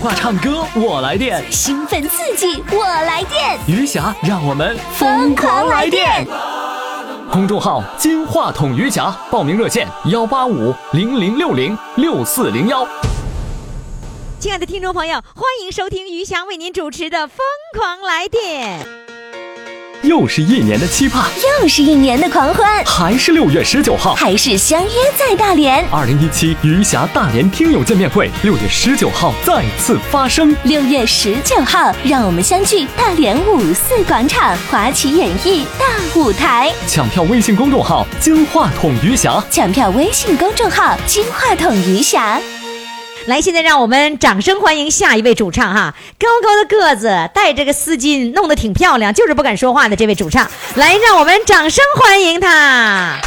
话唱歌我来电，兴奋刺激，我来电，余霞让我们疯狂来电！公众号“金话筒余霞”，报名热线：幺八五零零六零六四零幺。亲爱的听众朋友，欢迎收听于翔为您主持的《疯狂来电》。又是一年的期盼，又是一年的狂欢，还是六月十九号。还是相约在大连。二零一七余霞大连听友见面会，六月十九号再次发生。六月十九号，让我们相聚大连五四广场华旗演艺大舞台。抢票微信公众号“金话筒余霞抢票微信公众号“金话筒余霞来，现在让我们掌声欢迎下一位主唱哈，高高的个子，戴着个丝巾，弄得挺漂亮，就是不敢说话的这位主唱。来，让我们掌声欢迎他。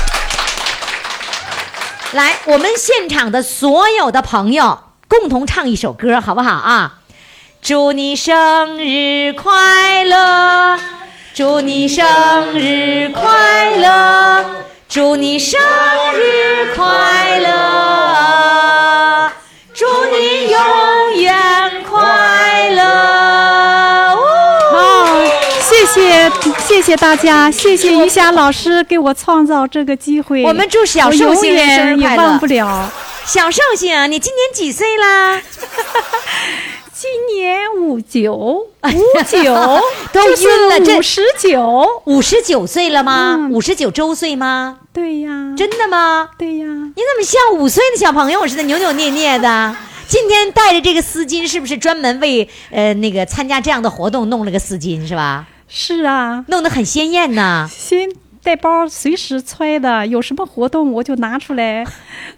来，我们现场的所有的朋友共同唱一首歌，好不好啊？祝你生日快乐，祝你生日快乐，祝你生日快乐，祝你永远快乐。好，谢谢谢谢大家，谢谢余霞老师给我创造这个机会。我们祝小寿我星永人生日远快也乐忘不了。小寿星啊，你今年几岁啦？ 今年五九 五九，都就是晕了这五十九。五十九岁了吗？嗯五十九周岁吗？对呀，真的吗？对呀，你怎么像五岁的小朋友似的扭扭捏捏的？今天带着这个丝巾，是不是专门为呃那个参加这样的活动弄了个丝巾是吧？是啊，弄得很鲜艳呐！先带包随时揣的，有什么活动我就拿出 来。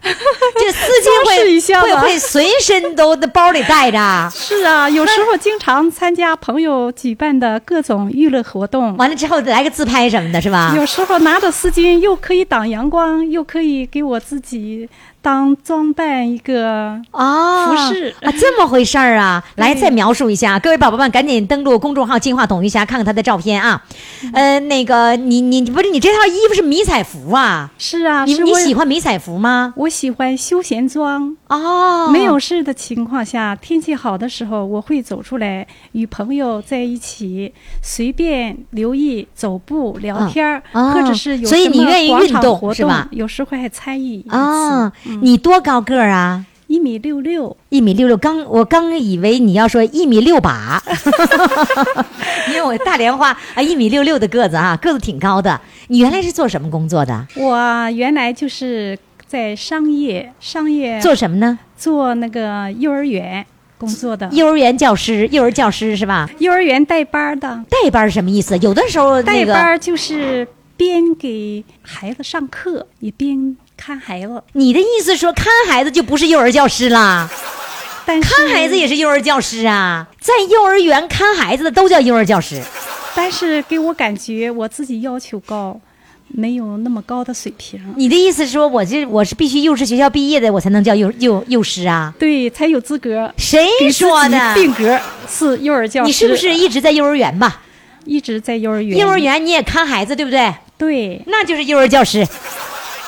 这丝巾装饰一会下吧会会随身都在包里带着。是啊，有时候经常参加朋友举办的各种娱乐活动。完了之后来个自拍什么的，是吧？有时候拿着丝巾又可以挡阳光，又可以给我自己当装扮一个。哦，服饰啊，这么回事儿 啊！来，再描述一下，各位宝宝们，赶紧登录公众号“金话筒余霞”，看看她的照片啊。嗯呃，那个，你你不是你这套衣服是迷彩服啊？是啊，你是你我喜？欢迷彩服吗？我喜欢休闲装。哦，没有事的情况下，天气好的时候，我会走出来与朋友在一起，随便留意走步、聊天儿，啊啊或者是有所以什你愿意么广运场动活是吧有时候还参与一次。啊、嗯你多高个儿啊？一米六六，一米六六，刚我刚以为你要说一米六把， 因为我大连话啊，一米六六的个子啊，个子挺高的。你原来是做什么工作的？我原来就是在商业商业做什么呢？做那个幼儿园工作的，幼幼儿园教师，幼儿教师是吧？幼儿园带班儿的，代班是什么意思？有的时候那带个班儿就是边给孩子上课，也边看孩子。你的意思说看孩子就不是幼儿教师啦？但是看孩子也是幼儿教师啊，在幼儿园看孩子的都叫幼儿教师。但是给我感觉我自己要求高，没有那么高的水平，你的意思说我这我是必须幼师学校毕业的，我才能叫幼幼幼师啊？对，才有资格。谁给自己说的？定格是幼儿教师，你是不是一直在幼儿园吧？一直在幼儿园？幼儿园你也看孩子对不对？对，那就是幼儿教师。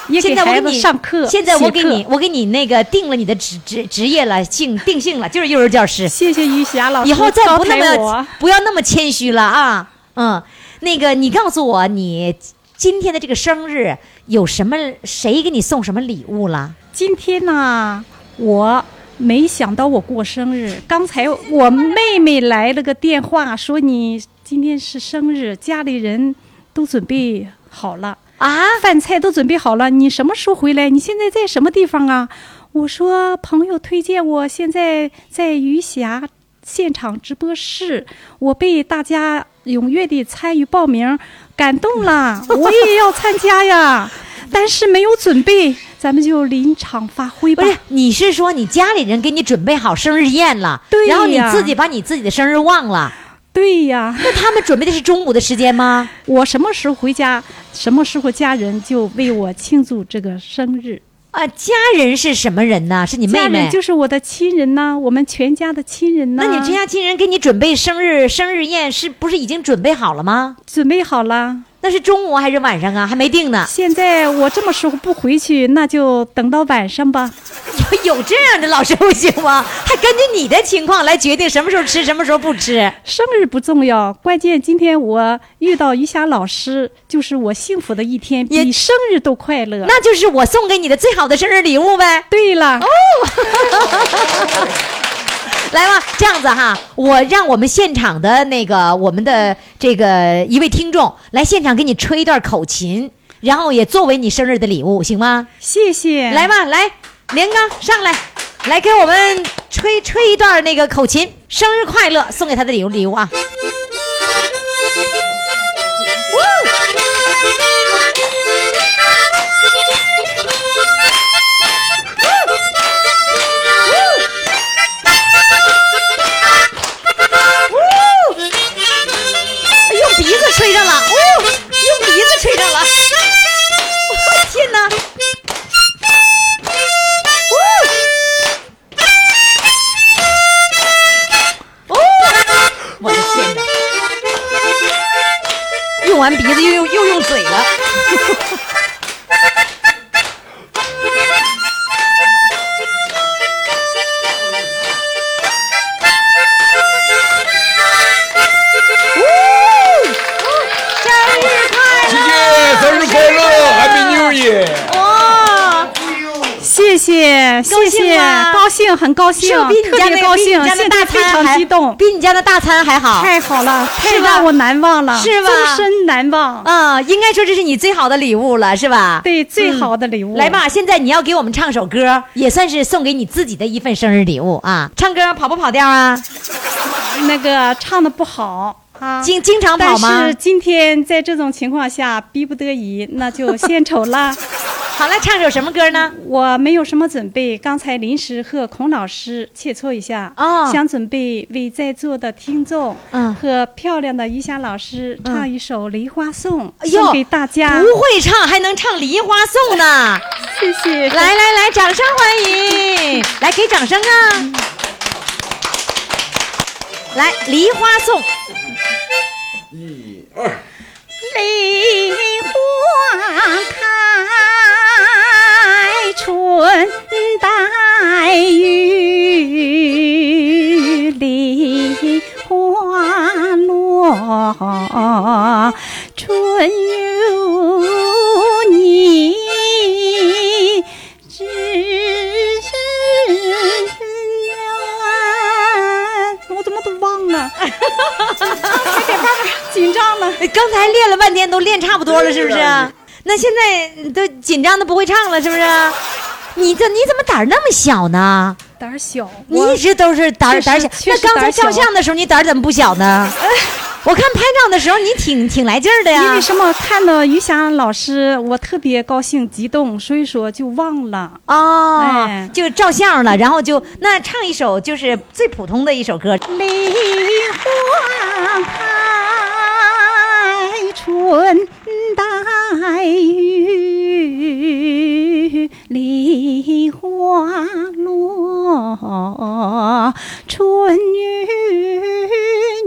也现给在我孩给子你上课。现在我写给课你，我给你那个定了你的职职职业了，性定性了，就是幼儿教师。谢谢于霞老师，以后再高不那么抬我不要那么谦虚了啊！嗯，那个，你告诉我，你今天的这个生日有什么？谁给你送什么礼物了？今天呢，我没想到我过生日。刚才我妹妹来了个电话，说你今天是生日，家里人都准备好了，啊，饭菜都准备好了，你什么时候回来？你现在在什么地方啊？我说朋友推荐我，现在在余霞现场直播室，我被大家踊跃的参与报名感动了，我也要参加呀，但是没有准备，咱们就临场发挥不吧。是，你是说你家里人给你准备好生日宴了，对然后你呀自己把你自己的生日忘了？对呀，那他们准备的是中午的时间吗？我什么时候回家，什么时候家人就为我庆祝这个生日。啊，家人是什么人呢？是你妹家妹人？就是我的亲人呐、我们全家的亲人呐、那你这家亲人给你准备生日生日宴，是不是已经准备好了吗？准备好了？那是中午还是晚上啊？还没定呢。现在我这么说不回去，那就等到晚上吧。 有这样的老师傅行吗？还根据你的情况来决定什么时候吃，什么时候不吃。生日不重要，关键今天我遇到于霞老师，就是我幸福的一天，也比生日都快乐。那就是我送给你的最好的生日礼物呗。哦对了，来吧，这样子哈，我让我们现场的那个我们的这个一位听众来现场给你吹一段口琴，然后也作为你生日的礼物，行吗？谢谢。来，吧，来，连刚上来，来给我们吹吹一段那个口琴，生日快乐，送给他的礼物礼物啊！哎用鼻子吹上了，哦，用鼻子吹上了，我的天哪！哦，我的天哪！用完鼻子又用又用嘴了。生日快乐！耶，生日快乐，Happy New Year！哇，谢谢，高谢兴谢，吗高兴，很高兴，是不是比你特家别那高个比兴，你家那现大在非餐常 还激动，比你家那大餐还好？太好了，太是吧让我难忘了，是吧终身难忘。啊、应该说这是你最好的礼物了，是吧？对，最嗯好的礼物。来，吧，现在你要给我们唱首歌，也算是送给你自己的一份生日礼物啊！唱歌跑不跑调啊？那个唱的不好啊， 经经常跑但吗是？今天在这种情况下，逼不得已，那就献丑了。 好了，唱首什么歌呢？我没有什么准备，刚才临时和孔老师切磋一下，哦想准备为在座的听众，嗯和漂亮的于霞老师唱一首《梨花颂》，哎呦送给大家。不会唱还能唱《梨花颂》 呢！谢谢，来来来，掌声欢迎！来，给掌声啊！来，《梨花颂》。梨花开，春带雨；梨花落，春有你。只我怎么都忘了，紧张了。刚才练了半天，都练差不多了，是不是？那现在都紧张的不会唱了，是不是？你这你怎么胆儿那么小呢？胆儿小，你我一直都是胆儿确胆儿实小。确那实刚才胆儿照小相的时候，你胆儿怎么不小呢？我看拍照的时候，你挺挺来劲儿的因呀为。什么看到于霞老师，我特别高兴激动，所以说就忘了。哦哎，就照相了，然后就那唱一首就是最普通的一首歌，梨花开，春带雨；梨花落，春与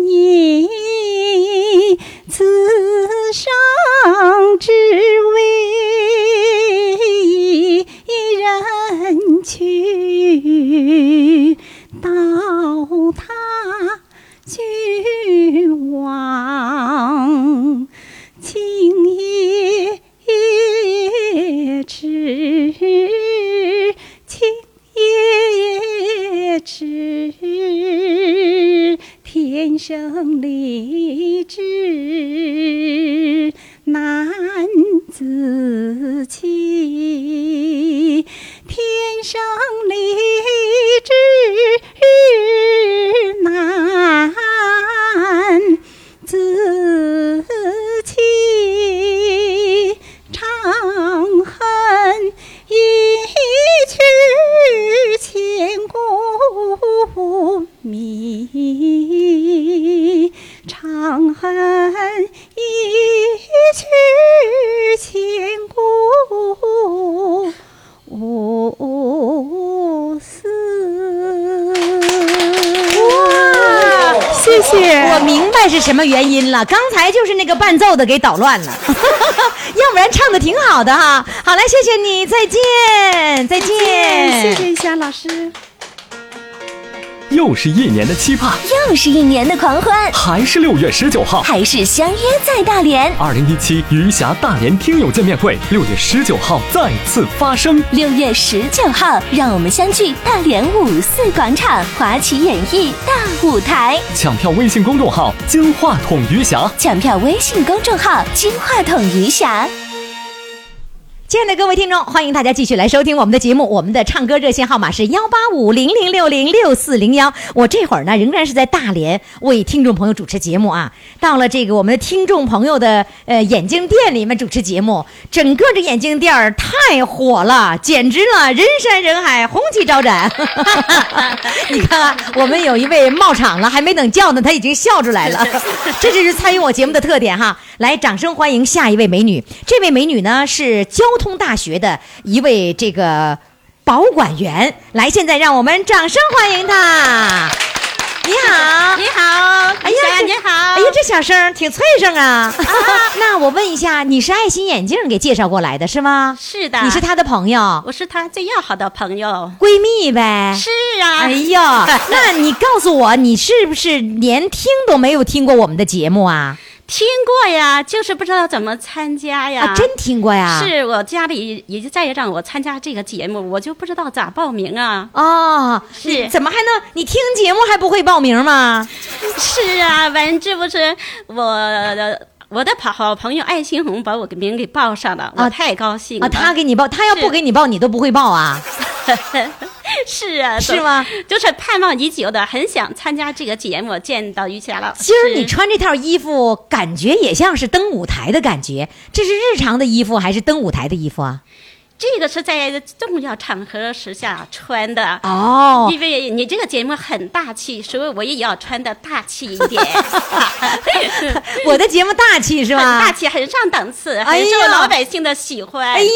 你。此生只为人去，到他去往，情也痴，情也痴，天生丽质难自弃，天生丽质难自弃，长恨一曲千古迷，长谢谢。我明白是什么原因了，刚才就是那个伴奏的给捣乱了， 要不然唱的挺好的哈。好嘞，谢谢你，再见，再见，谢谢一下老师。又是一年的期盼，啊又是一年的狂欢，还是六月十九号。还是相约在大连。二零一七余霞大连听友见面会，六月十九号再次发生。六月十九号，让我们相聚大连五四广场华旗演艺大舞台。抢票微信公众号：金话筒余霞。抢票微信公众号：金话筒余霞。亲爱的各位听众，欢迎大家继续来收听我们的节目。我们的唱歌热线号码是幺八五零零六零六四零幺。我这会儿呢，仍然是在大连为听众朋友主持节目啊。到了这个我们的听众朋友的呃眼镜店里面主持节目，整个这眼镜店儿太火了，简直了，人山人海，红旗招展。你看看，我们有一位冒场了，还没等叫呢，他已经笑出来了。这就是参与我节目的特点哈。来，掌声欢迎下一位美女。这位美女呢是交通大学的一位这个保管员。来，现在让我们掌声欢迎她。你好，你好，哎呀，这你好，哎呀，这小声儿挺脆声啊。那我问一下，你是爱心眼镜给介绍过来的是吗？是的，你是她的朋友，我是他最要好的朋友，闺蜜呗？是啊，哎 呀，那你告诉我，你是不是连听都没有听过我们的节目啊？听过呀，就是不知道怎么参加呀，啊，真听过呀？是我家里也就再也让我参加这个节目，我就不知道咋报名啊，哦，是你怎么还能？你听节目还不会报名吗？是啊，完这不是我的。我的好好朋友艾青红把我的名给报上了，啊我太高兴了。啊，他给你报，他要不是给你报，你都不会报啊？ 是啊，是吗？就是盼望已久的，很想参加这个节目，见到于霞老师。今儿你穿这套衣服，感觉也像是登舞台的感觉。这是日常的衣服还是登舞台的衣服啊？这个是在重要场合时下穿的。哦，因为你这个节目很大气，所以我也要穿的大气一 点，我的节目大气是很吧？大气，很上档次，哎很呀受老百姓的喜欢。哎呦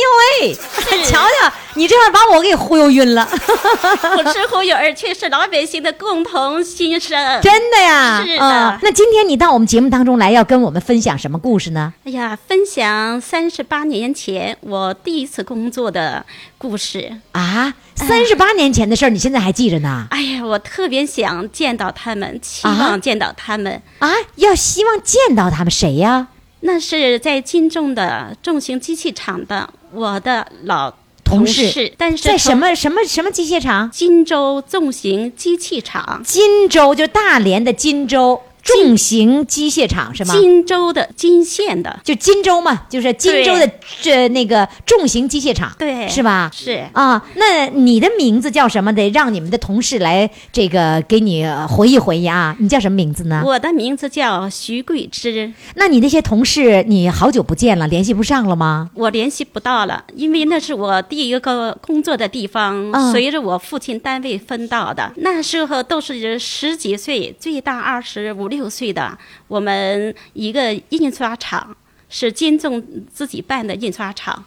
喂，瞧瞧，你这会儿把我给忽悠晕了， 不吃忽悠，而且是老百姓的共同心 声。真的呀。是的嗯那今天你到我们节目当中来，要跟我们分享什么故事呢？哎呀，分享三十八年前我第一次工作的故事。啊，三十八年前的事儿，你现在还记着呢？哎呀，我特别想见到他们，期啊望见到他们。啊，要希望见到他们谁呀？那是在金重的重型机器厂的我的老同事事，但是在什从么什么什么机械厂？金州重型机器厂，金州，就是大连的金州重型机械厂是吗？金州的金县的，就金州嘛，就是金州的这那个重型机械厂，对是吧？是啊，那你的名字叫什么？得让你们的同事来这个给你呃回忆回忆啊！你叫什么名字呢？我的名字叫徐桂芝，那你那些同事，你好久不见了，联系不上了吗？我联系不到了，因为那是我第一个工作的地方，嗯随着我父亲单位分到的。那时候都是十几岁，最大二十五六岁的。我们一个印刷厂是金仲自己办的印刷厂，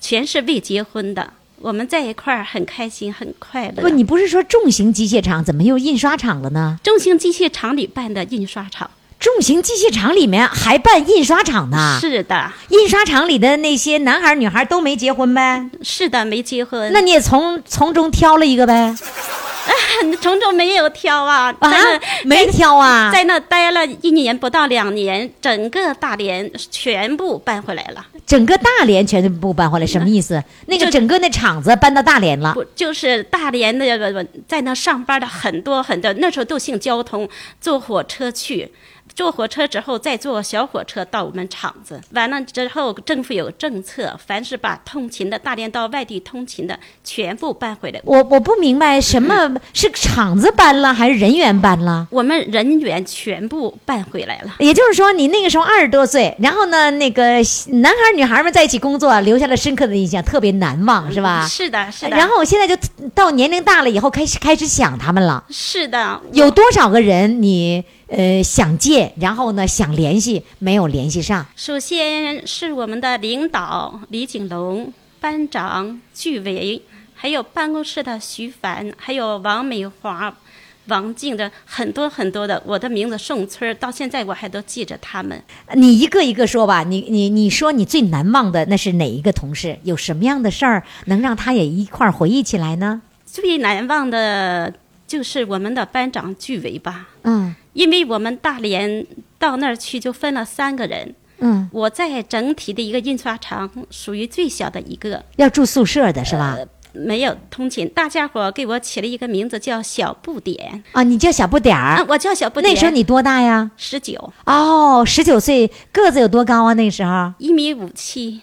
全是未结婚的。我们在一块儿很开心，很快乐。不，你不是说重型机械厂，怎么又印刷厂了呢？中兴机械厂里办的印刷厂。重型机械厂里面还办印刷厂呢？是的，印刷厂里的那些男孩儿女孩儿都没结婚呗？是的，没结婚。那你也从从中挑了一个呗？ 从中没有挑啊，在啊那、，没挑啊？在那待了一年不到两年，整个大连全部搬回来了，整个大连全部搬回来，什么意思？那个就整个那厂子搬到大连了不就是大连的呃在那上班的很多很多，那时候都姓交通，坐火车去。坐火车之后，再坐小火车到我们厂子。完了之后，政府有政策，凡是把通勤的大连到外地通勤的，全部搬回来。我我不明白什么是厂子搬了还是人员搬了？我们人员全部搬回来了。也就是说，你那个时候二十多岁，然后呢，那个男孩儿女孩儿们在一起工作，留下了深刻的印象，特别难忘，嗯是吧？是的，是的。然后我现在就到年龄大了以后，开始开始想他们了。是的，我有多少个人你呃想见，然后呢想联系，没有联系上？首先是我们的领导李景龙、班长具伟，还有办公室的徐凡，还有王美华，王静的很多很多的，我的名字宋春儿，到现在我还都记着他们。你一个一个说吧，你你你说你最难忘的那是哪一个同事？有什么样的事儿能让他也一块儿回忆起来呢？最难忘的就是我们的班长巨伟吧，嗯因为我们大连到那儿去就分了三个人，嗯，我在整体的一个印刷厂属于最小的一个，要住宿舍的是吧？没有通勤。大家伙儿给我起了一个名字叫小不点啊，你叫小不点啊儿，，我叫小不点。那时候你多大呀？十九，哦，十九岁，个子有多高啊？那时候，一米五七，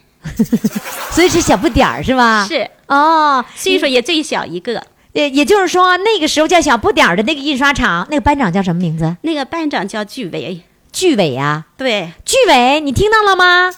所以是小不点儿是吧？是啊哦，岁数也最小一个。也也就是说，那个时候叫小不点儿的那个印刷厂，那个班长叫什么名字？那个班长叫巨伟，巨伟啊，对，巨伟，你听到了吗？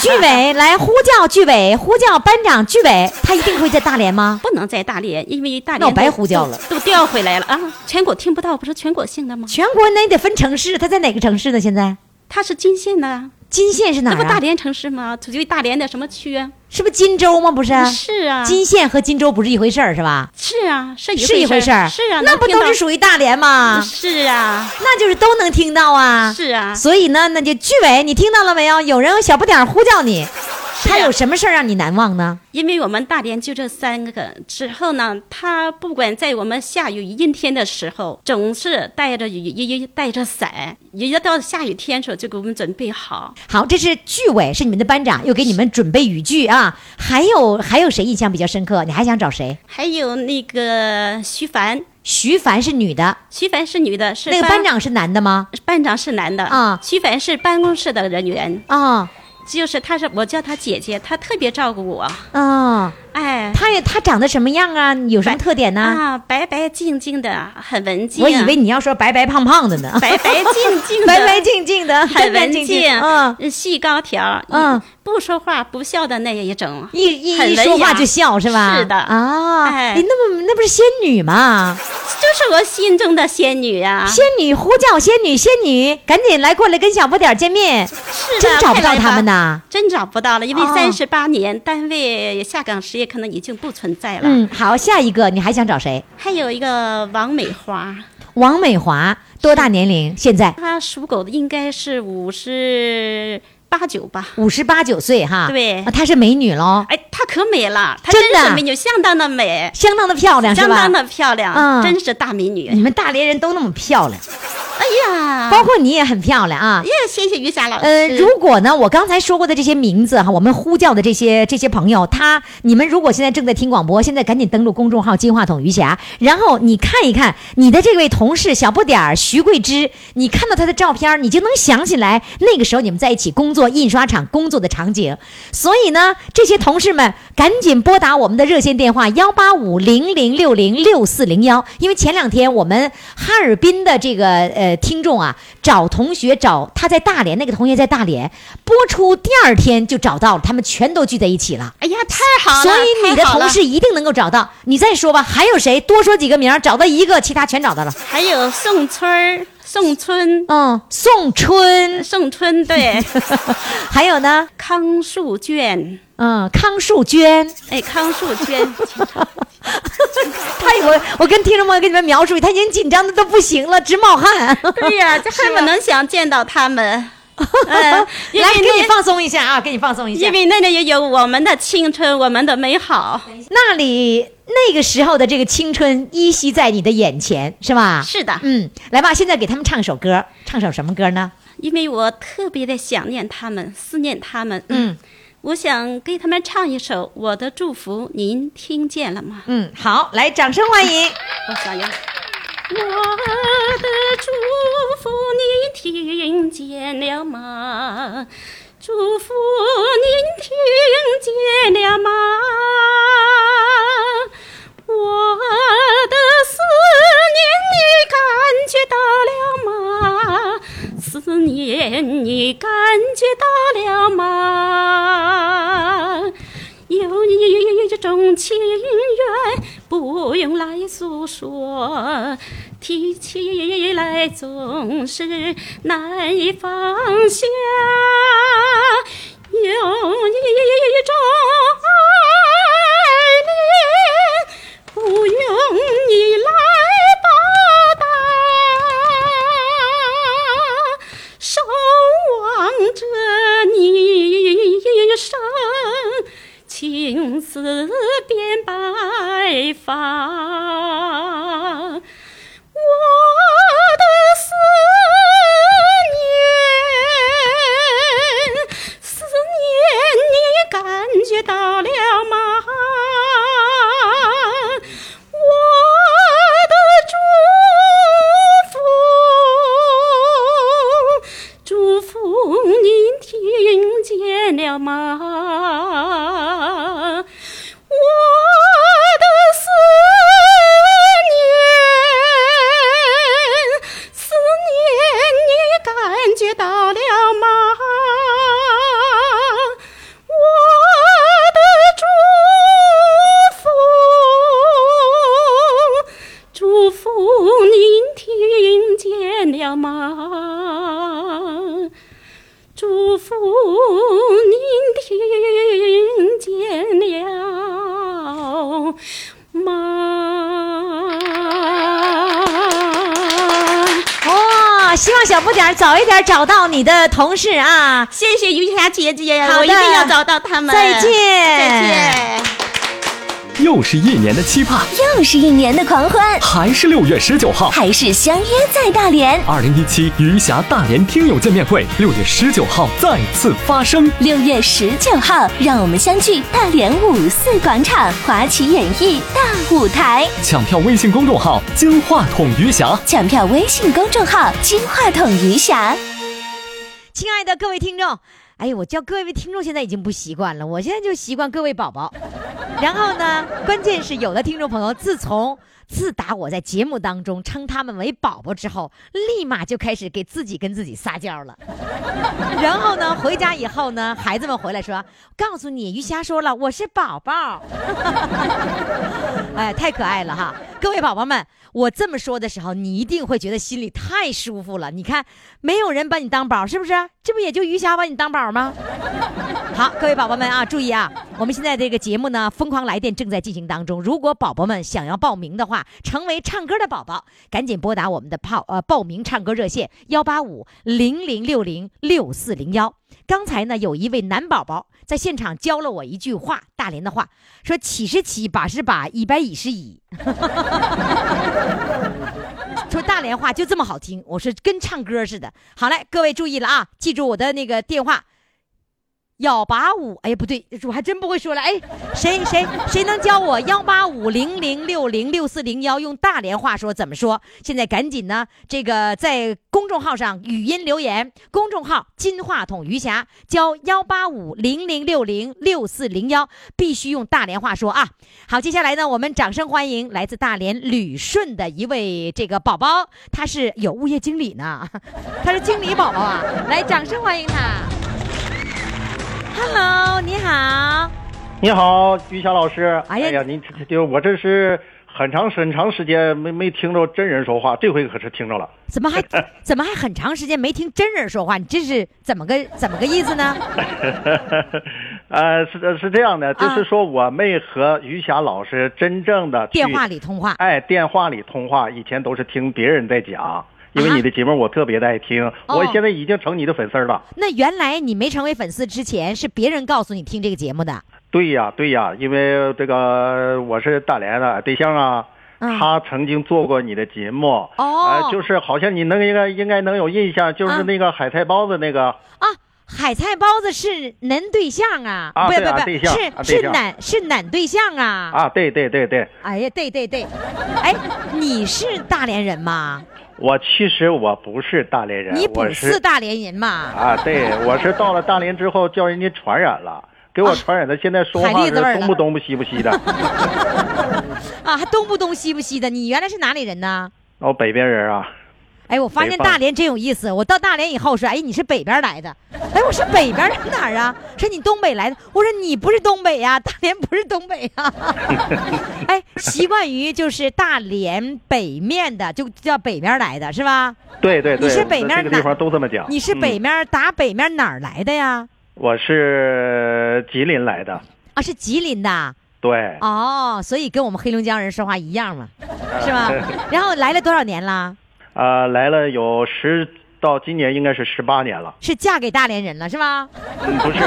巨伟，来呼叫巨伟，呼叫班长巨伟，他一定会在大连吗？不能在大连，因为大那我连白都胡叫了，都调回来了啊！全国听不到，不是全国性的吗？全国那得分城市，他在哪个城市呢？现在他是金县的啊，金县是哪那儿、不啊？大连城市吗？属于大连的什么区啊？是不是金州吗？不是，是啊，金县和金州不是一回事儿是吧？是啊，是一是一回事儿，儿，是啊，那能不听都到是属于大连吗？是啊，那就是都能听到啊。是啊，所以呢，那就巨伟，你听到了没有？有人用小不点儿呼叫你，啊他有什么事儿让你难忘呢？因为我们大连就这三个，之后呢，他不管在我们下雨阴天的时候，总是带着雨衣，带着伞，人家到下雨天的时候就给我们准备好。好，这是剧委，是你们的班长，又给你们准备语句啊。还有还有谁印象比较深刻？你还想找谁？还有那个徐凡，徐凡是女的，徐凡是女的，是那个班长是男的吗？班长是男的啊徐凡是办公室的人员，啊、就是他是我叫他姐姐，他特别照顾我，啊、哎。他也他长得什么样啊？有什么特点呢、啊，白白净净的，很文静。啊我以为你要说白白胖胖的呢，白白净净的， 白白净净的，很文净静，嗯，细高条，嗯，不说话不笑的那一种，一一很一文说话雅就笑是吧？是的啊，哎诶那么那不是仙女吗？就是我心中的仙女啊！仙女呼叫仙女，仙女赶紧来过来跟小不点儿见面，是的，真找不快到来吧他们，呐。真找不到了，因为哦三十八年单位下岗失业可能已经不存在了。嗯，好，下一个你还想找谁？还有一个王美花，王美华多大年龄？现在她属狗的，应该是五十八九吧。五十八九岁哈，对啊她是美女喽，哎，她可美了，她真真的是美女，相当的美，相当的漂亮是相吧当？的漂亮，嗯真是大美女。你们大连人都那么漂亮，哎呀，包括你也很漂亮啊哎。呀，谢谢于霞老师。呃，如果呢，我刚才说过的这些名字哈，我们呼叫的这些这些朋友，他你们如果现在正在听广播，现在赶紧登录公众号“金话筒余霞”，然后你看一看你的这位同事小不点儿徐桂芝，你看到她的照片儿，你就能想起来那个时候你们在一起工作印刷厂工作的场景。所以呢，这些同事们赶紧拨打我们的热线电话幺八五零零六零六四零幺，因为前两天我们哈尔滨的这个呃听众啊，找同学找他在大连，那个同学在大连，播出第二天就找到了，他们全都聚在一起了。哎呀，太好了！所以你太的好了同事一定能够找到，你再说吧，还有谁？多说几个名儿，找到一个，其他全找到了。还有宋春儿、宋春、嗯，宋春，宋春，对， 还有呢，康树娟，嗯，康树娟，哎，康树娟，他我我跟听众朋友给你们描述，他已经紧张的都不行了，直冒汗。对 呀、这恨不能想见到他们。嗯，因为来，给你那放松一下啊，给你放松一下因。为那里也有我们的青春，我们的美好。那里那个时候的这个青春依稀在你的眼前，是吧？是的，嗯，来吧，现在给他们唱首歌，唱首什么歌呢？因为我特别的想念他们，思念他们。嗯，我想给他们唱一首《我的祝福》，您听见了吗？嗯，好，来，掌声欢迎。 我想要。我的祝福您听见了吗？祝福您听见了吗？我的思念你感觉到了吗？思念你感觉到了吗？有一种情缘，不用来诉说，提起来总是难以放下。有一种爱恋，不用你来把了忙。祝福您听见了吗？哇、哦希望小不点儿早一点找到你的同事啊！谢谢于霞姐姐，好的我一定要找到他们。再见再见。又是一年的期盼，又是一年的狂欢，还是六月十九号。还是相约在大连。二零一七余霞大连听友见面会，六月十九号再次发生。六月十九号，让我们相聚大连五四广场华旗演艺大舞台。抢票微信公众号“金话筒余霞抢票微信公众号“金话筒余霞”。亲爱的各位听众，哎呦，我叫各位听众现在已经不习惯了，我现在就习惯各位宝宝。然后呢，关键是有的听众朋友自从自打我在节目当中称他们为宝宝之后，立马就开始给自己跟自己撒娇了。 然后呢，回家以后呢，孩子们回来说：“告诉你，于霞说了，我是宝宝。”哎，太可爱了哈！各位宝宝们，我这么说的时候，你一定会觉得心里太舒服了。你看，没有人把你当宝，是不是？这不也就余霞把你当宝吗？好，各位宝宝们啊，注意啊！我们现在这个节目呢，《疯狂来电》正在进行当中。如果宝宝们想要报名的话，成为唱歌的宝宝，赶紧拨打我们的报呃报名唱歌热线幺八五零零六零六四零幺。刚才呢，有一位男宝宝在现场教了我一句话，大连的话，说“起是起，把是把，一百一是一”。 说大连话就这么好听，我说跟唱歌似的。好嘞，各位注意了啊，记住我的那个电话幺八五，哎呀不对，我还真不会说了。哎，谁谁谁能教我幺八五零零六零六四零幺用大连话说怎么说？现在赶紧呢，这个在公众号上语音留言，公众号金话筒余霞教幺八五零零六零六四零幺，必须用大连话说啊。好，接下来呢，我们掌声欢迎来自大连旅顺的一位这个宝宝，他是有物业经理呢， 他是经理宝宝啊，来，掌声欢迎他。Hello，你好。你好，于霞老师。哎哎呀呀，您这这我这是很长很长时间没没听着真人说话，这回可是听着了。怎么还怎么还很长时间没听真人说话？你这是怎么个怎么个意 思呢？ 呃，是是这样的，就是说我没和于霞老师真正的电话里通话，哎电话里通话，以前都是听别人在讲。因为啊你的节目我特别的爱听，哦我现在已经成你的粉丝了。那原来你没成为粉丝之前是别人告诉你听这个节目的。对呀，对呀，因为这个我是大连的对象啊，嗯他曾经做过你的节目，哦呃，就是好像你能应该应该能有印象，就是嗯那个海菜包子那个，啊，海菜包子是恁对象啊？啊不不对啊不，对象是、啊是对象恁是恁对象啊？啊，对对对对，哎呀，对对对，哎，你是大连人吗？我其实我不是大连人，你不啊我是大连人吗？啊，对，我是到了大连之后叫人家传染了，给我传染的，现在说啊海话蛎是子味儿东了不东不西不西 的， 啊，还东不东西不西的，你原来是哪里人呢？我北边人啊，哎，我发现北方大连真有意思。我到大连以后说，哎，你是北边来的。哎，我是北边来哪儿啊？说你东北来的。我说你不是东北呀、大连不是东北呀、 哎，习惯于就是大连北面的，就叫北边来的是吧？对对你对，是北面这个哪地方都这么讲，你是北嗯面、打北面哪儿来的呀？我是吉林来的，啊，是吉林的。对，哦，所以跟我们黑龙江人说话一样嘛，是 吧？然后来了多少年啦？呃，啊来了有十到今年应该是十八年 了。是嫁给大连人了是吧？嗯，不是，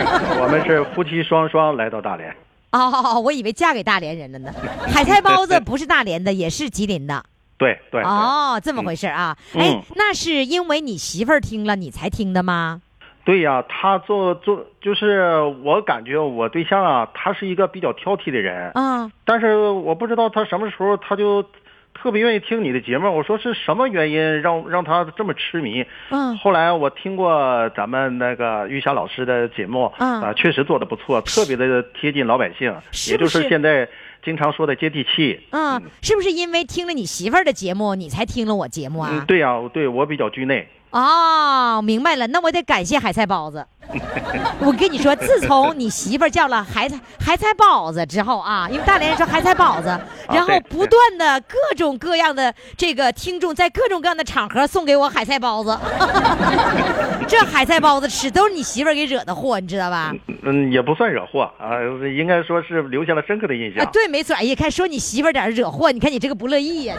我们是夫妻双双来到大连。哦，我以为嫁给大连人了呢。海菜 包子不是大连的，也是吉林的。对对对哦，这么回事啊？嗯哎嗯，那是因为你媳妇儿听了你才听的吗？对呀、他做做就是我感觉我对象啊，他是一个比较挑剔的人，啊，但是我不知道他什么时候他就特别愿意听你的节目。我说是什么原因让让他这么痴迷？嗯后来我听过咱们那个玉霞老师的节目，嗯啊、确实做的不错，特别的贴近老百姓，是也不就是是现在经常说的接地气。嗯，是不是因为听了你媳妇儿的节目，你才听了我节目嗯啊，？ 对呀、对我比较居内。哦，明白了，那我得感谢海菜包子。 我跟你说，自从你媳妇儿叫了海菜海菜包子之后啊，因为大连人说海菜包子，然后啊对不断的各种各样的这个听众在各种各样的场合送给我海菜包子， 这海菜包子吃都是你媳妇儿给惹的祸，你知道吧？嗯，也不算惹祸啊，应该说是留下了深刻的印啊象，。对，没错。哎呀，看说你媳妇儿在这惹祸，你看你这个不乐意呀、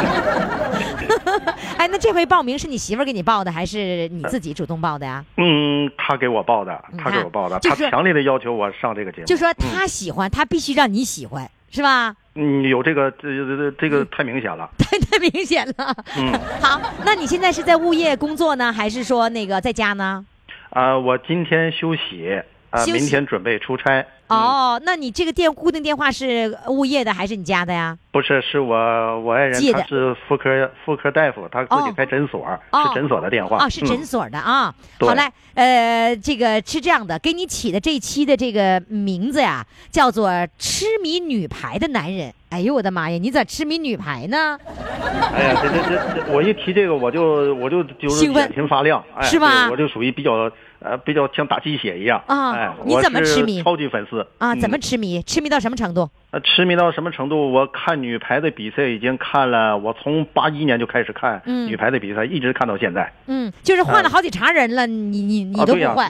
你说 哎，那这回报名是你媳妇儿给你报的，还是你自己主动报的呀？嗯，他给我报的你，他给我报的，看就他是强烈的要求我上这个节目。就说她喜欢，她必须让你喜欢，是吧？ 嗯，有这个，这这这个太明显了。太太明显了。嗯好，那你现在是在物业工作呢，还是说那个在家呢？啊，我今天休息，啊，休息明天准备出差。嗯，哦，那你这个电固定电话是物业的还是你家的呀？不是，是我我爱人借，的他是妇科妇科大夫，他自己哦开诊所，哦是诊所的电话。嗯哦，是诊所的啊。对好嘞，呃，这个是这样的，给你起的这一期的这个名字呀，叫做《痴迷女排的男人》。哎呦我的妈呀，你咋痴迷女排呢？嗯。哎呀，这这这，这我一提这个，我就我就就是兴奋眼前发亮，哎，是吧对我就属于比较呃比较像打鸡血一样啊哎，你我怎么是痴迷超级粉丝啊，嗯怎么痴迷？痴迷到什么程度？呃，痴迷到什么程度？我看女排的比赛已经看了，我从八一年就开始看嗯女排的比赛，一直看到现在。嗯，就是换了好几茬人了，你你你啊呃都对不呀换，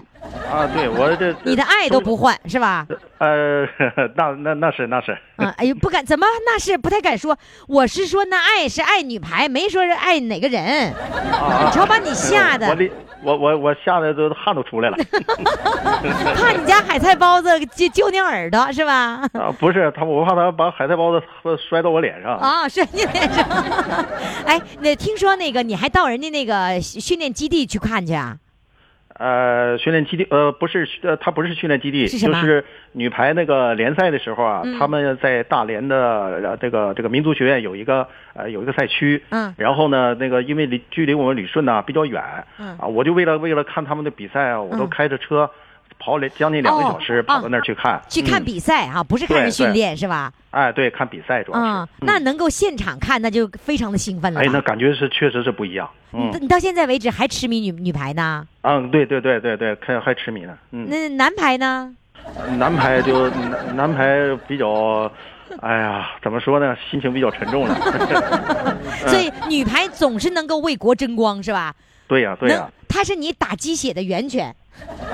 啊，对我这你的爱都不换是吧？呃， 那那那是那是， 嗯，哎呦，不敢，怎么那是不太敢说。我是说，那爱是爱女排，没说是爱哪个人。你瞧把你吓啊我的，的我我我吓得都汗都出来了怕你家海菜包子揪揪你耳朵是吧？啊！不是他，我怕他把海带包子摔到我脸上。啊，是你脸上。哎，那听说那个你还到人家那个训练基地去看去啊？呃，训练基地呃不是呃，他不是训练基地，是什就么嗯是女排那个联赛的时候啊，他们在大连的呃这个这个民族学院有一个呃有一个赛区，嗯然后呢，那个因为离距离我们旅顺呢、比较远，嗯啊，我就为了为了看他们的比赛啊，我都嗯开着车跑两将近两个哦小时跑到那儿去看，去看嗯比赛哈、啊，不是看对人训对练是吧？哎，对，看比赛主要是。嗯啊、那能够现场看，那就非常的兴奋了吧。哎，那感觉是确实是不一样。嗯你你到现在为止还痴迷女女排呢？嗯，对对对对对，看还痴迷呢。嗯，那男排呢？男排就男男排比较，哎呀，怎么说呢？心情比较沉重了。 嗯所以女排总是能够为国争光，是吧？对呀、对呀、能，它是你打鸡血的源泉，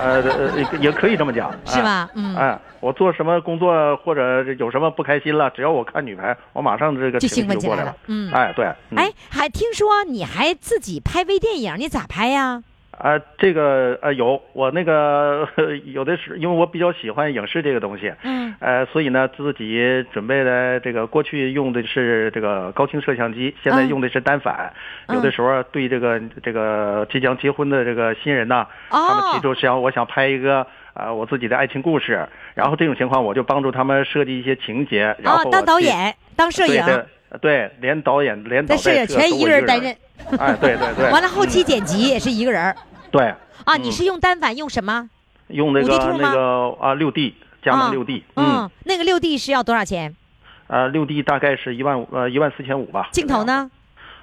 呃呃，也可以这么讲，是哎？吧？嗯，哎，我做什么工作或者有什么不开心了，只要我看女排，我马上这个情就兴绪奋就起过来来了。嗯，哎，对，嗯哎，还听说你还自己拍微电影，你咋拍呀？啊、这个呃有我那个 有的是因为我比较喜欢影视这个东西，嗯，哎呃，所以呢自己准备了这个过去用的是这个高清摄像机，现在嗯用的是单反，有嗯的时候对这个这个即将结婚的这个新人呐，他们提哦，出想我想拍一个。啊、我自己的爱情故事，然后这种情况我就帮助他们设计一些情节，然后哦，我当导去演，当摄对影，对对，连导演连导那摄带影摄都全我一个人担任，，哎，对对对， 完了后嗯期剪辑也是一个人儿对，啊。嗯你是用单反用什么？用那五 D 兔个吗那个啊六 D 加啊满六 D，、嗯，那个六 D 是要多少钱？呃六 D 大概是一万呃一万四千五吧。镜头？呢？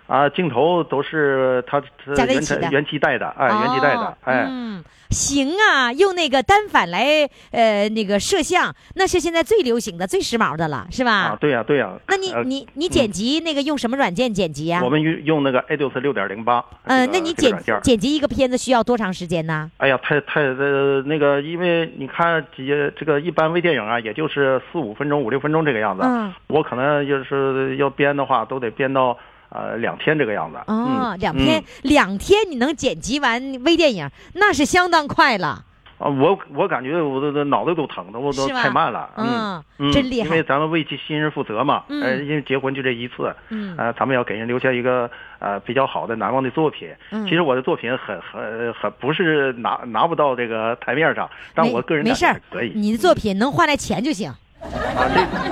啊，镜头都是它它加在一原起的材原漆带的，哎，原漆带的哦，哎，嗯，行啊，用那个单反来呃那个摄像，那是现在最流行的、最时髦的了，是吧？啊对呀对呀。那你呃你你剪辑那个用什么软件剪辑呀、我们用用那个 Ados 六点零八。嗯，那你这个剪软件儿剪辑一个片子需要多长时间呢？哎呀，太太呃那个，因为你看几这个一般微电影啊，也就是四五分钟、五六分钟这个样子。嗯我可能就是要编的话，都得编到呃两天这个样子。哦，嗯、两天、嗯两天你能剪辑完微电影，那是相当快了，啊，我我感觉我的的脑袋都疼的，我都是吧？太慢了。嗯嗯，嗯，真厉因为害。咱们为其新人负责嘛，嗯呃，因为结婚就这一次，嗯呃，咱们要给人留下一个呃比较好的难忘的作品。嗯其实我的作品很很很不是拿拿不到这个台面上，但我个人感没没事觉儿是可以。，你的作品能换来钱就行，啊，这嗯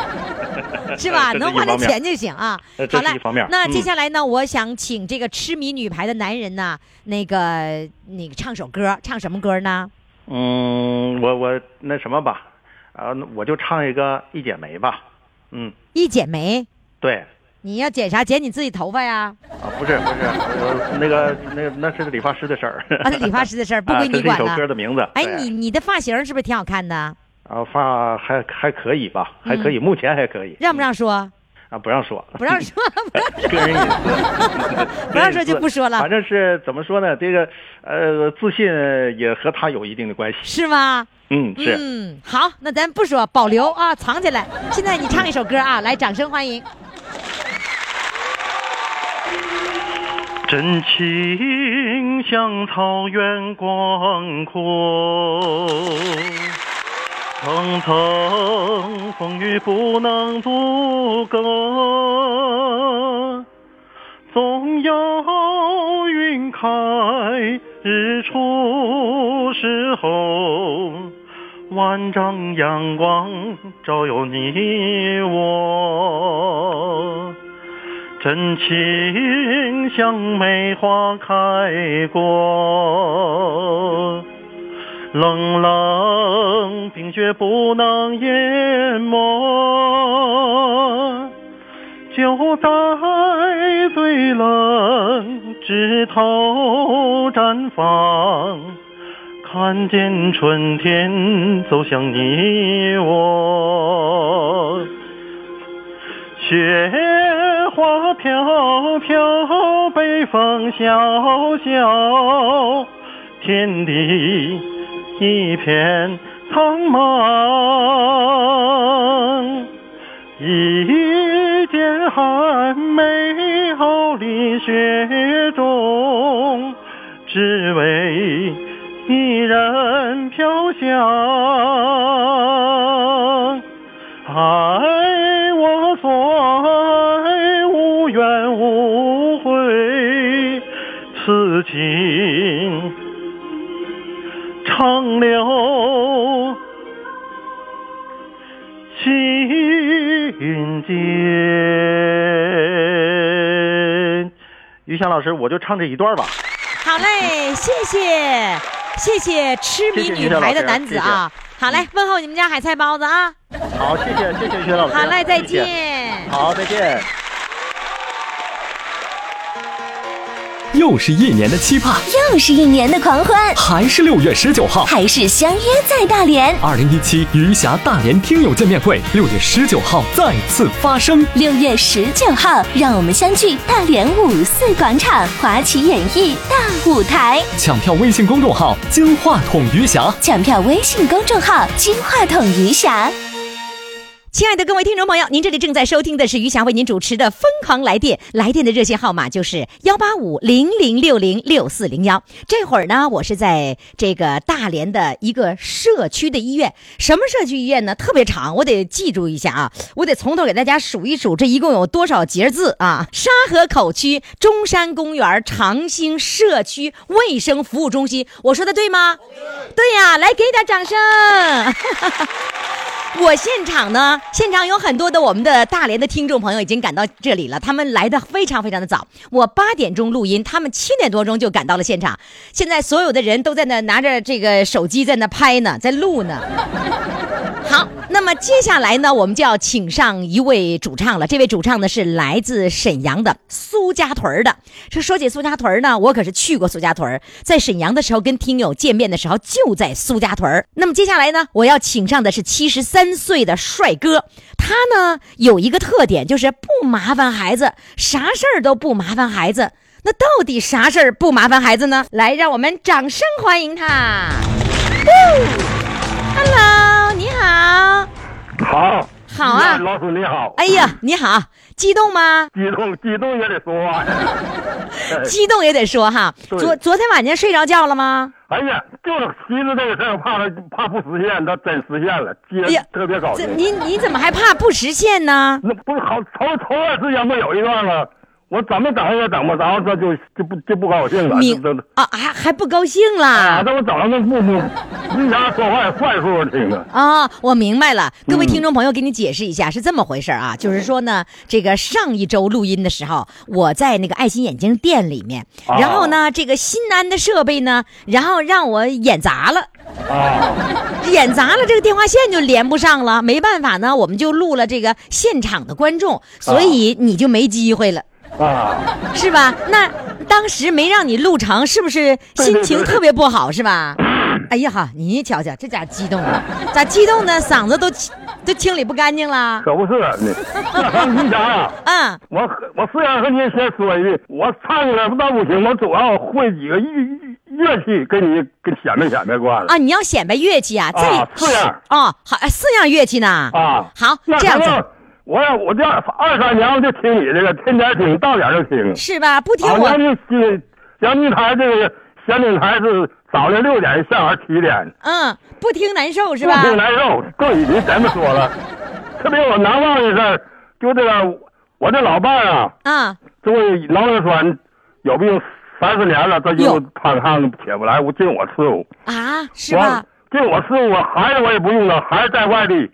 是吧？ 呃这是能一换来方面钱就行啊。呃这好是嘞一方面，那接嗯下来呢，我想请这个痴迷女排的男人呢，那个那个唱首歌，唱什么歌呢？嗯，我我那什么吧，啊，那我就唱一个《一剪梅》吧。嗯，一剪梅，对，你要剪啥？剪你自己头发呀？啊，不是不是，呃那个那个那是理发师的事儿。啊，这理发师的 事儿不啊归这你是一管首了歌。的啊名字。哎，对你你的发型是不是挺好看的？啊发还还可以吧，还可以，目前还可以。让嗯不 让说？啊，不让说，不让说，不 让 说。个人隐私，不让说就不说了反正是怎么说呢？这个呃，自信也和他有一定的关系。是吗？嗯，是。嗯，好，那咱不说，保留啊，藏起来。现在你唱一首歌啊，来，掌声欢迎。真情像草原广阔，层层风雨不能阻隔，总有云开日出时候，万丈阳光照耀你我。真情像梅花开过，冷冷冰雪不能淹没。就在最冷枝头绽放，看见春天走向你我。雪花飘飘，北风萧萧，天地一片苍茫。一剪寒梅傲立雪中，只为一人飘香。爱我所爱，无怨无悔，此情长留心间。于翔老师，我就唱这一段吧。好嘞，谢谢，谢谢痴迷谢谢女于老排的师男子啊。好嘞，问候你们家海菜包子啊。嗯好，谢谢谢谢于翔老师。好嘞，再谢谢见。好，再见。又是一年的期盼，哦又是一年的狂欢，还是六月十九号。还是相约在大连。二零一七余霞大连听友见面会，六月十九号再次发生。六月十九号，让我们相聚大连五四广场华旗演艺大舞台。抢票微信公众号“金话筒余霞抢票微信公众号“金话筒余霞”。亲爱的各位听众朋友，您这里正在收听的是余霞为您主持的《疯狂来电》，来电的热线号码就是幺八五零零六零六四零幺。这会儿呢，我是在这个大连的一个社区的医院，什么社区医院呢？特别长，我得记住一下啊，我得从头给大家数一数，这一共有多少节字啊？沙河口区中山公园长兴社区卫生服务中心，我说的对吗？对呀、来给点掌声。我现场呢，现场有很多的我们的大连的听众朋友已经赶到这里了，他们来的非常非常的早。我八点钟录音，他们七点多钟就赶到了现场。现在所有的人都在那拿着这个手机在那拍呢，在录呢。好，那么接下来呢，我们就要请上一位主唱了。这位主唱呢是来自沈阳的苏家屯儿的。这说起苏家屯儿呢，我可是去过苏家屯儿，在沈阳的时候跟听友见面的时候就在苏家屯儿。那么接下来呢，我要请上的是七十三岁的帅哥，他呢有一个特点，就是不麻烦孩子，啥事儿都不麻烦孩子。那到底啥事儿不麻烦孩子呢？来，让我们掌声欢迎他。Hello，你好。好，好啊老鼠你好，哎呀，你好，激动吗？激动激动也得说 话呀。哎激动也得说哈。对昨昨天晚上睡着觉了吗？哎呀，就是寻思这个事儿，怕他怕不实现，他真实现了，哎接呀特别高这兴。你你怎么还怕不实现呢？那不是好头头段时间不有一段吗？我怎么等也等不着，这就就不就不高兴了，明这这啊，还还不高兴啊，啦？这我找上那父母，你家说话也坏处我听着。啊、我明白了，各位嗯听众朋友，给你解释一下是这么回事儿啊，就是说呢，这个上一周录音的时候，我在那个爱心眼镜店里面，哦然后呢，这个新安的设备呢，然后让我眼砸了。啊， 演砸了，这个电话线就连不上了，没办法呢，我们就录了这个现场的观众，所以你就没机会了。啊啊，是吧？那当时没让你录成，是不是心情特别不好，是吧？哎呀哈，你瞧瞧，这家激动的，咋激动的？嗓子都清都清理不干净了。可不是啊 呢。那当时啥呀？嗯，啊我和我虽然和您先说一句，我唱起来不大不行，我总要会几个乐乐器，给你给显摆显摆惯了啊，你要显摆乐器啊？啊这四样哦，好，哎四样乐器呢。啊。好，那这样时子候我要我这二三年我就听你这个，天天听，到点儿就听。啊是吧？不听好我像就是阳明台这个咸顶台是早上六点，下午七点，嗯，不听难受是不吧？听难受。更已经咱们说 了，特别我难忘的事儿，就这个我这老伴儿啊，啊，这位脑血栓有病三四年了，这哟就瘫痪了，起不来，我尽我伺候。啊，是吧我？尽我伺候，我孩子我也不用了，孩子在外地，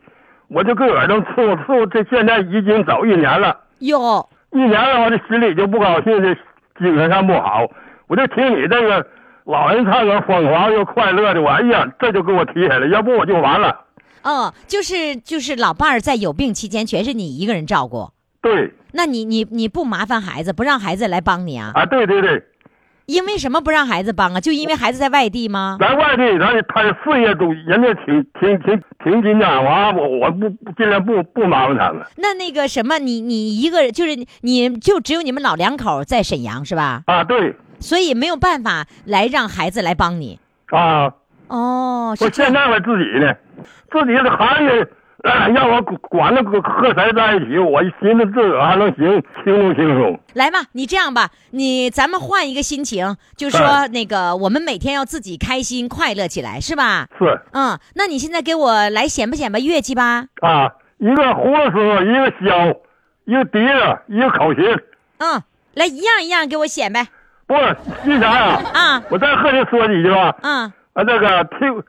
我就自个儿能伺候伺候。这现在已经走一年了。有一年了，我这心里就不高兴，这精神上不好。我就听你这个老人唱歌疯狂又快乐的，我哎呀，这就给我提起来，要不我就完了。哦，就是就是老伴儿在有病期间全是你一个人照顾，对，那你你你不麻烦孩子，不让孩子来帮你啊？啊，对对对，因为什么不让孩子帮啊？就因为孩子在外地吗？在外地，咱他事业都人家挺挺挺挺紧张，完我我不尽量不不麻烦他们那那个什么，你你一个人就是你就只有你们老两口在沈阳是吧？啊，对所以没有办法来让孩子来帮你。啊，哦，我是这现在我自己呢，自己的孩子、呃让我管着和谁在一起，我一寻思自个儿还能行，轻松轻松。来吧，你这样吧，你咱们换一个心情，就说哎那个我们每天要自己开心快乐起来，是吧？是嗯，那你现在给我来显摆显摆乐器吧。啊，一个葫芦丝，一个箫，一个笛子，一个口琴。嗯，来一样一样给我显摆不是，金霞呀、啊我再和你说几句吧。嗯，啊，那个听，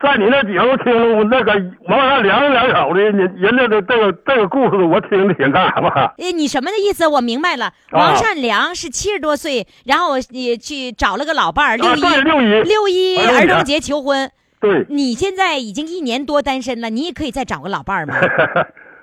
在你那节目听了，我那个往上两个两手的，人人家的这个这个故事，我听着挺干吧？诶，哎你什么的意思？我明啊白了。王善良是七十多岁，然后你去找了个老伴儿，六啊，一、对，六一，六一哎儿童节求婚。对，你现在已经一年多单身了，你也可以再找个老伴儿 嘛。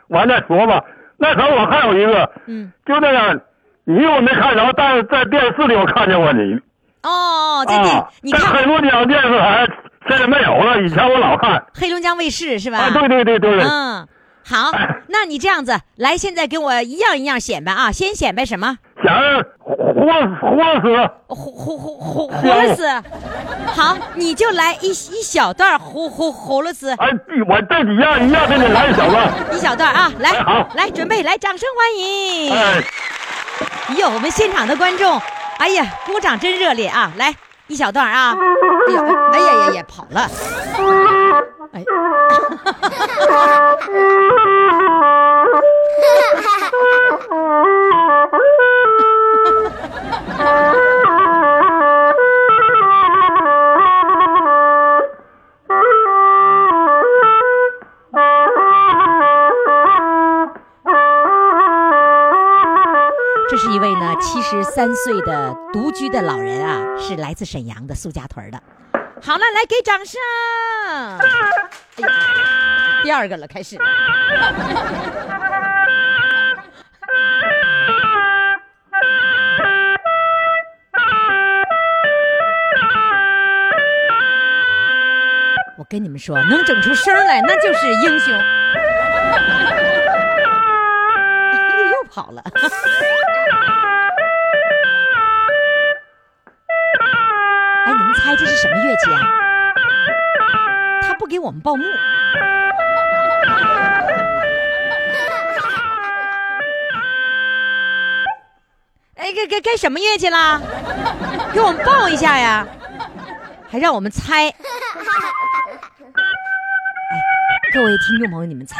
完再说吧。那时候我还有一个，嗯，就那个，你我没看着，但是在电视里我看见过你。哦，在电、啊，你在看黑龙江电视台现在没有了，以前我老看。黑龙江卫视是吧？啊，对对对对，嗯， 好，那你这样子来，现在给我一样一样显摆啊！先显摆什么？想着活活死，呼呼呼呼葫芦丝，好，你就来一一小段葫葫葫芦丝，哎，我这几样一样给你来一小段，一小段啊！来哎好来，准备来，掌声欢迎！哎，哟，我们现场的观众，哎呀，鼓掌真热烈啊！来一小段啊！哎呦，哎呀呀呀，跑了！哎，这是一位呢七十三岁的独居的老人啊，是来自沈阳的苏家屯儿的。好了，来给掌声。哎呀第二个了，开始。我跟你们说，能整出声儿来，那就是英雄。又跑 了。哎，你们猜这是什么乐器啊？他不给我们报幕。 哎，该该该什么乐器啦？给我们报一下呀！还让我们猜。哎，各位听众朋友，你们猜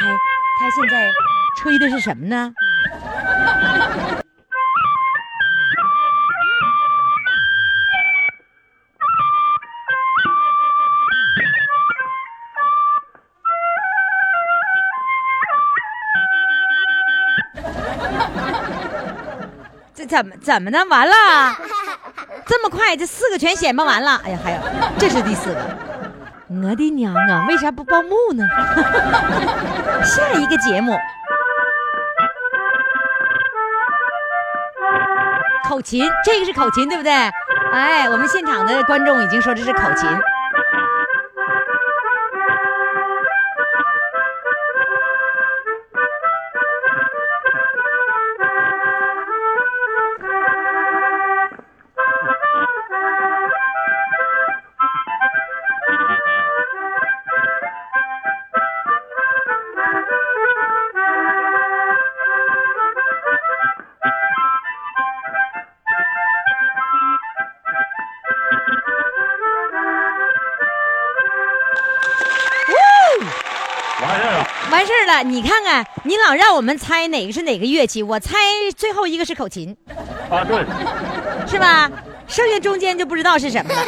他现在吹的是什么呢？这怎么怎么的？完了，这么快，这四个全显摆完了。哎呀，还有，这是第四个。我的娘啊，为啥不报幕呢？ 下一个节目。口琴，这个是口琴，对不对？哎，我们现场的观众已经说这是口琴。完事儿了。完事儿了，你看看，你老让我们猜哪个是哪个乐器，我猜最后一个是口琴，啊，对，是吧？剩下中间就不知道是什么了。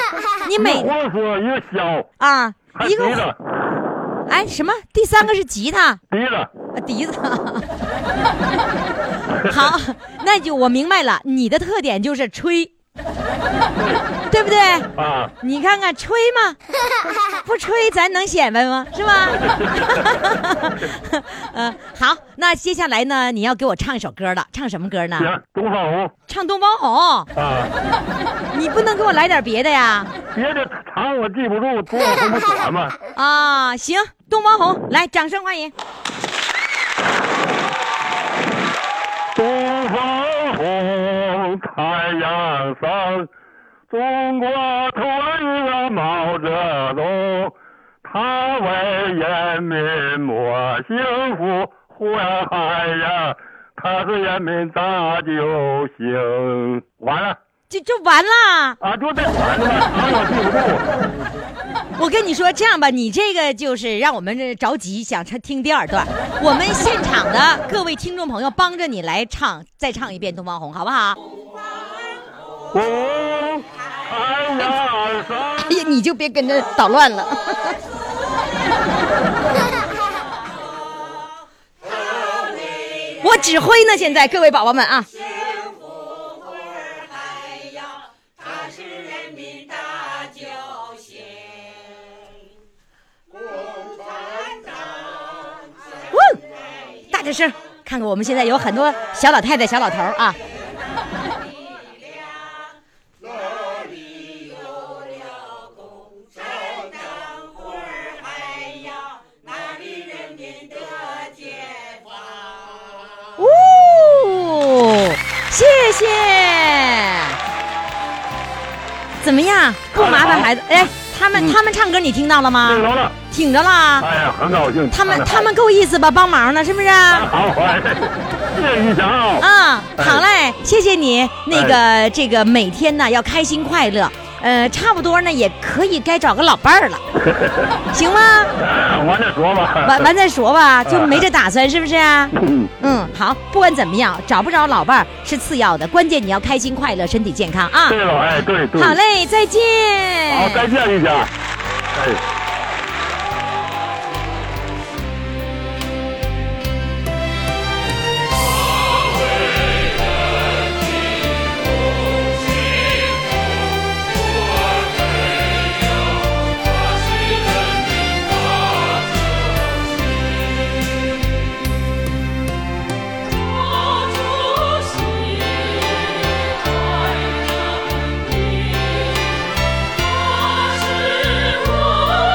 你一每个黄说，一个箫，啊还一笛个子，哎什么？第三个是吉他。笛子。啊，笛子。好，那就我明白了，你的特点就是吹，对不对？啊，你看看吹嘛，不吹咱能显摆吗？是吧？嗯、好，那接下来呢，你要给我唱一首歌了，唱什么歌呢？行，东方红唱《东方红啊，》，你不能给我来点别的呀？别的长我记不住，东方红不短吗？啊，行，《东方红》来，掌声欢迎。东方红，太阳升，中国团圆毛泽东，他为人民谋幸福，呼呀喊呀，他是人民大救星。完了就就 完啦！啊，就这完了吧，啥也记不住。我跟你说，这样吧，你这个就是让我们这着急，想唱听第二段。我们现场的各位听众朋友帮着你来唱，再唱一遍《东方红》，好不好？红，太阳升。哎呀，你就别跟着捣乱了。我指挥呢，现在各位宝宝们啊。呜大点声，看看我们现在有很多小老太太、小老头儿啊。哎哦，谢谢。怎么样？不麻烦孩子。哎，他们他们唱歌你听到了嗯听吗？着了，听着啦。哎呀，很高兴。啊他们他们够意思吧？帮忙呢，是不是？好，哎谢谢于翔啊。啊，好嘞，谢谢你。那哎个这个每天呢要开心快乐，呃，差不多呢也可以该找个老伴儿了，行 吗？完再说吧。完完再 说吧，就没这打算是不是啊？嗯嗯，好，不管怎么样，找不着老伴儿是次要的，关键你要开心快乐，身体健康啊！对了，哎，对对。好，嘞，再见。好，再见，一下。哎。是我。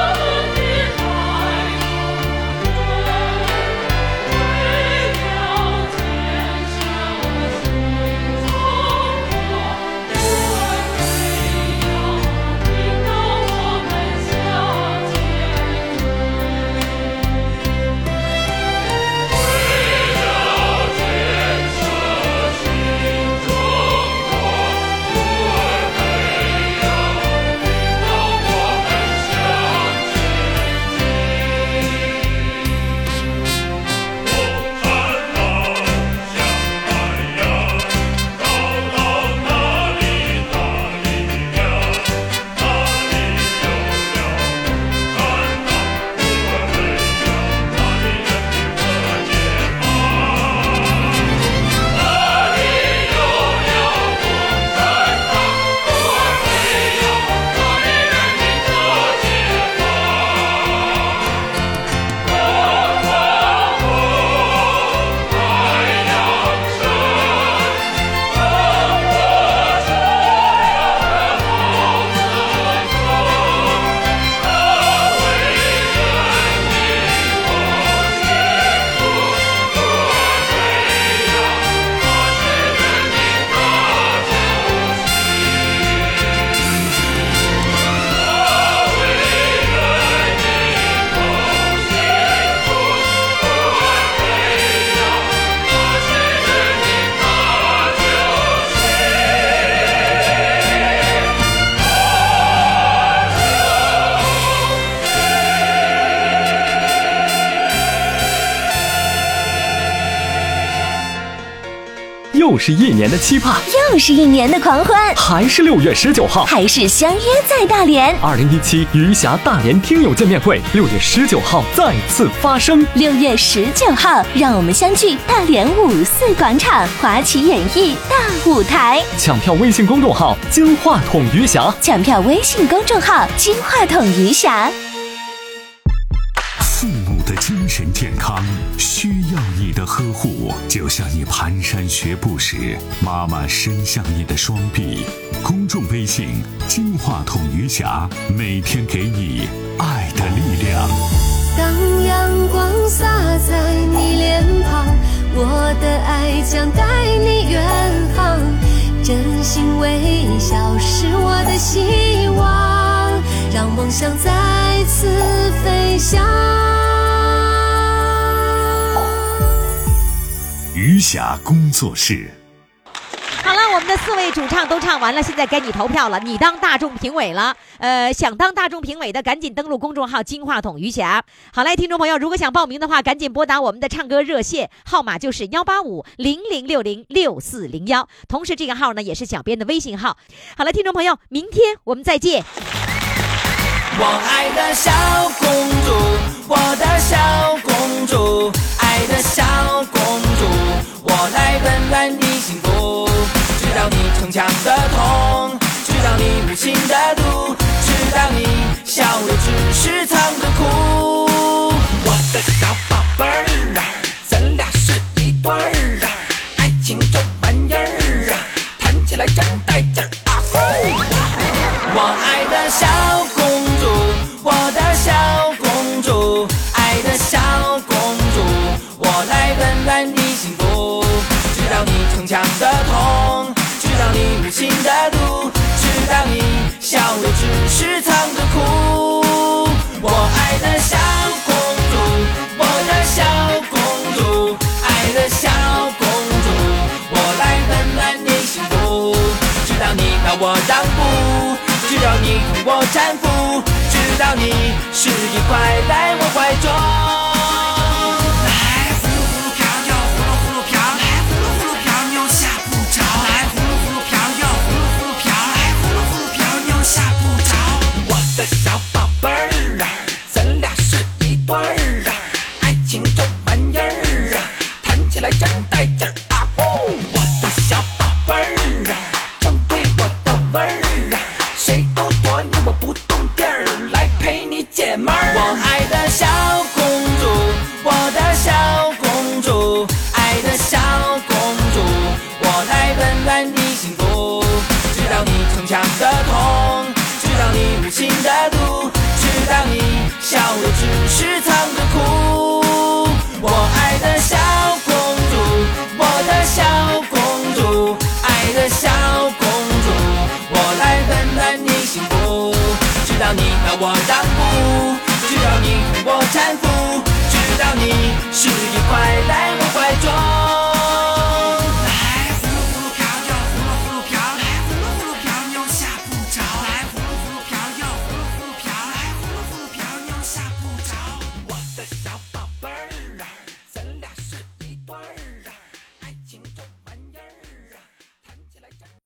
又是一年的期盼，又是一年的狂欢，还是六月十九号。还是相约在大连。二零一七余霞大连听友见面会，六月十九号再次发生。六月十九号，让我们相聚大连五四广场华旗演艺大舞台。抢票微信公众号“金话筒余霞抢票微信公众号“金话筒余霞”。父母的精神健康需要你的呵护，就像你蹒跚学步时，妈妈伸向你的双臂。公众微信“金话筒余霞”，每天给你爱的力量。当阳光洒在你脸庞，我的爱将带你远航。真心微笑是我的希望，让梦想再次飞翔。余霞工作室。好了，我们的四位主唱都唱完了，现在该你投票了，你当大众评委了。呃，想当大众评委的，赶紧登录公众号“金话筒余霞”。好嘞，听众朋友，如果想报名的话，赶紧拨打我们的唱歌热线号码，就是幺八五零零六零六四零幺。同时，这个号呢也是小编的微信号。好了，听众朋友，明天我们再见。我爱的小公主，我的小公主，爱的小公主，我来温暖你幸福，知道你逞强的痛，知道你无情的毒，知道你笑的只是藏着哭。我的小宝贝儿啊，咱俩是一对儿啊，爱情这玩意儿啊，谈起来真带劲儿啊呼！我爱的小公主，我的小公主，爱的小公主，我来温暖你幸福。知道你逞强的痛，知道你无情的毒，知道你笑的只是藏着哭。我爱的小公主，我的小公主，爱的小公主，我来温暖你幸福。知道你把我让步，知道你同我搀扶，知道你是一块在我怀中。来呼噜呼噜瓢哟，呼噜呼噜瓢，来呼噜呼噜瓢又吓不着，来呼噜呼噜瓢哟，呼噜呼噜瓢，来呼噜呼噜瓢又吓不着。我的小宝贝儿啊，咱俩是一对儿啊，爱情这玩意儿啊，谈起来真带劲儿啊！呼，我的小宝贝儿啊，正对我的味儿啊，谁都躲你我不动地儿，来陪你解闷儿。我爱的小公主，我的小公主，爱的小公主，我来温暖你幸福，知道你逞强的痛，知道你无情的毒，知道你笑的只是藏着哭。我爱的小公主，我的小公主，爱的小公主，我来温暖你幸福。知道你把我让步，知道你为我搀扶，知道你是一块在我怀中。啊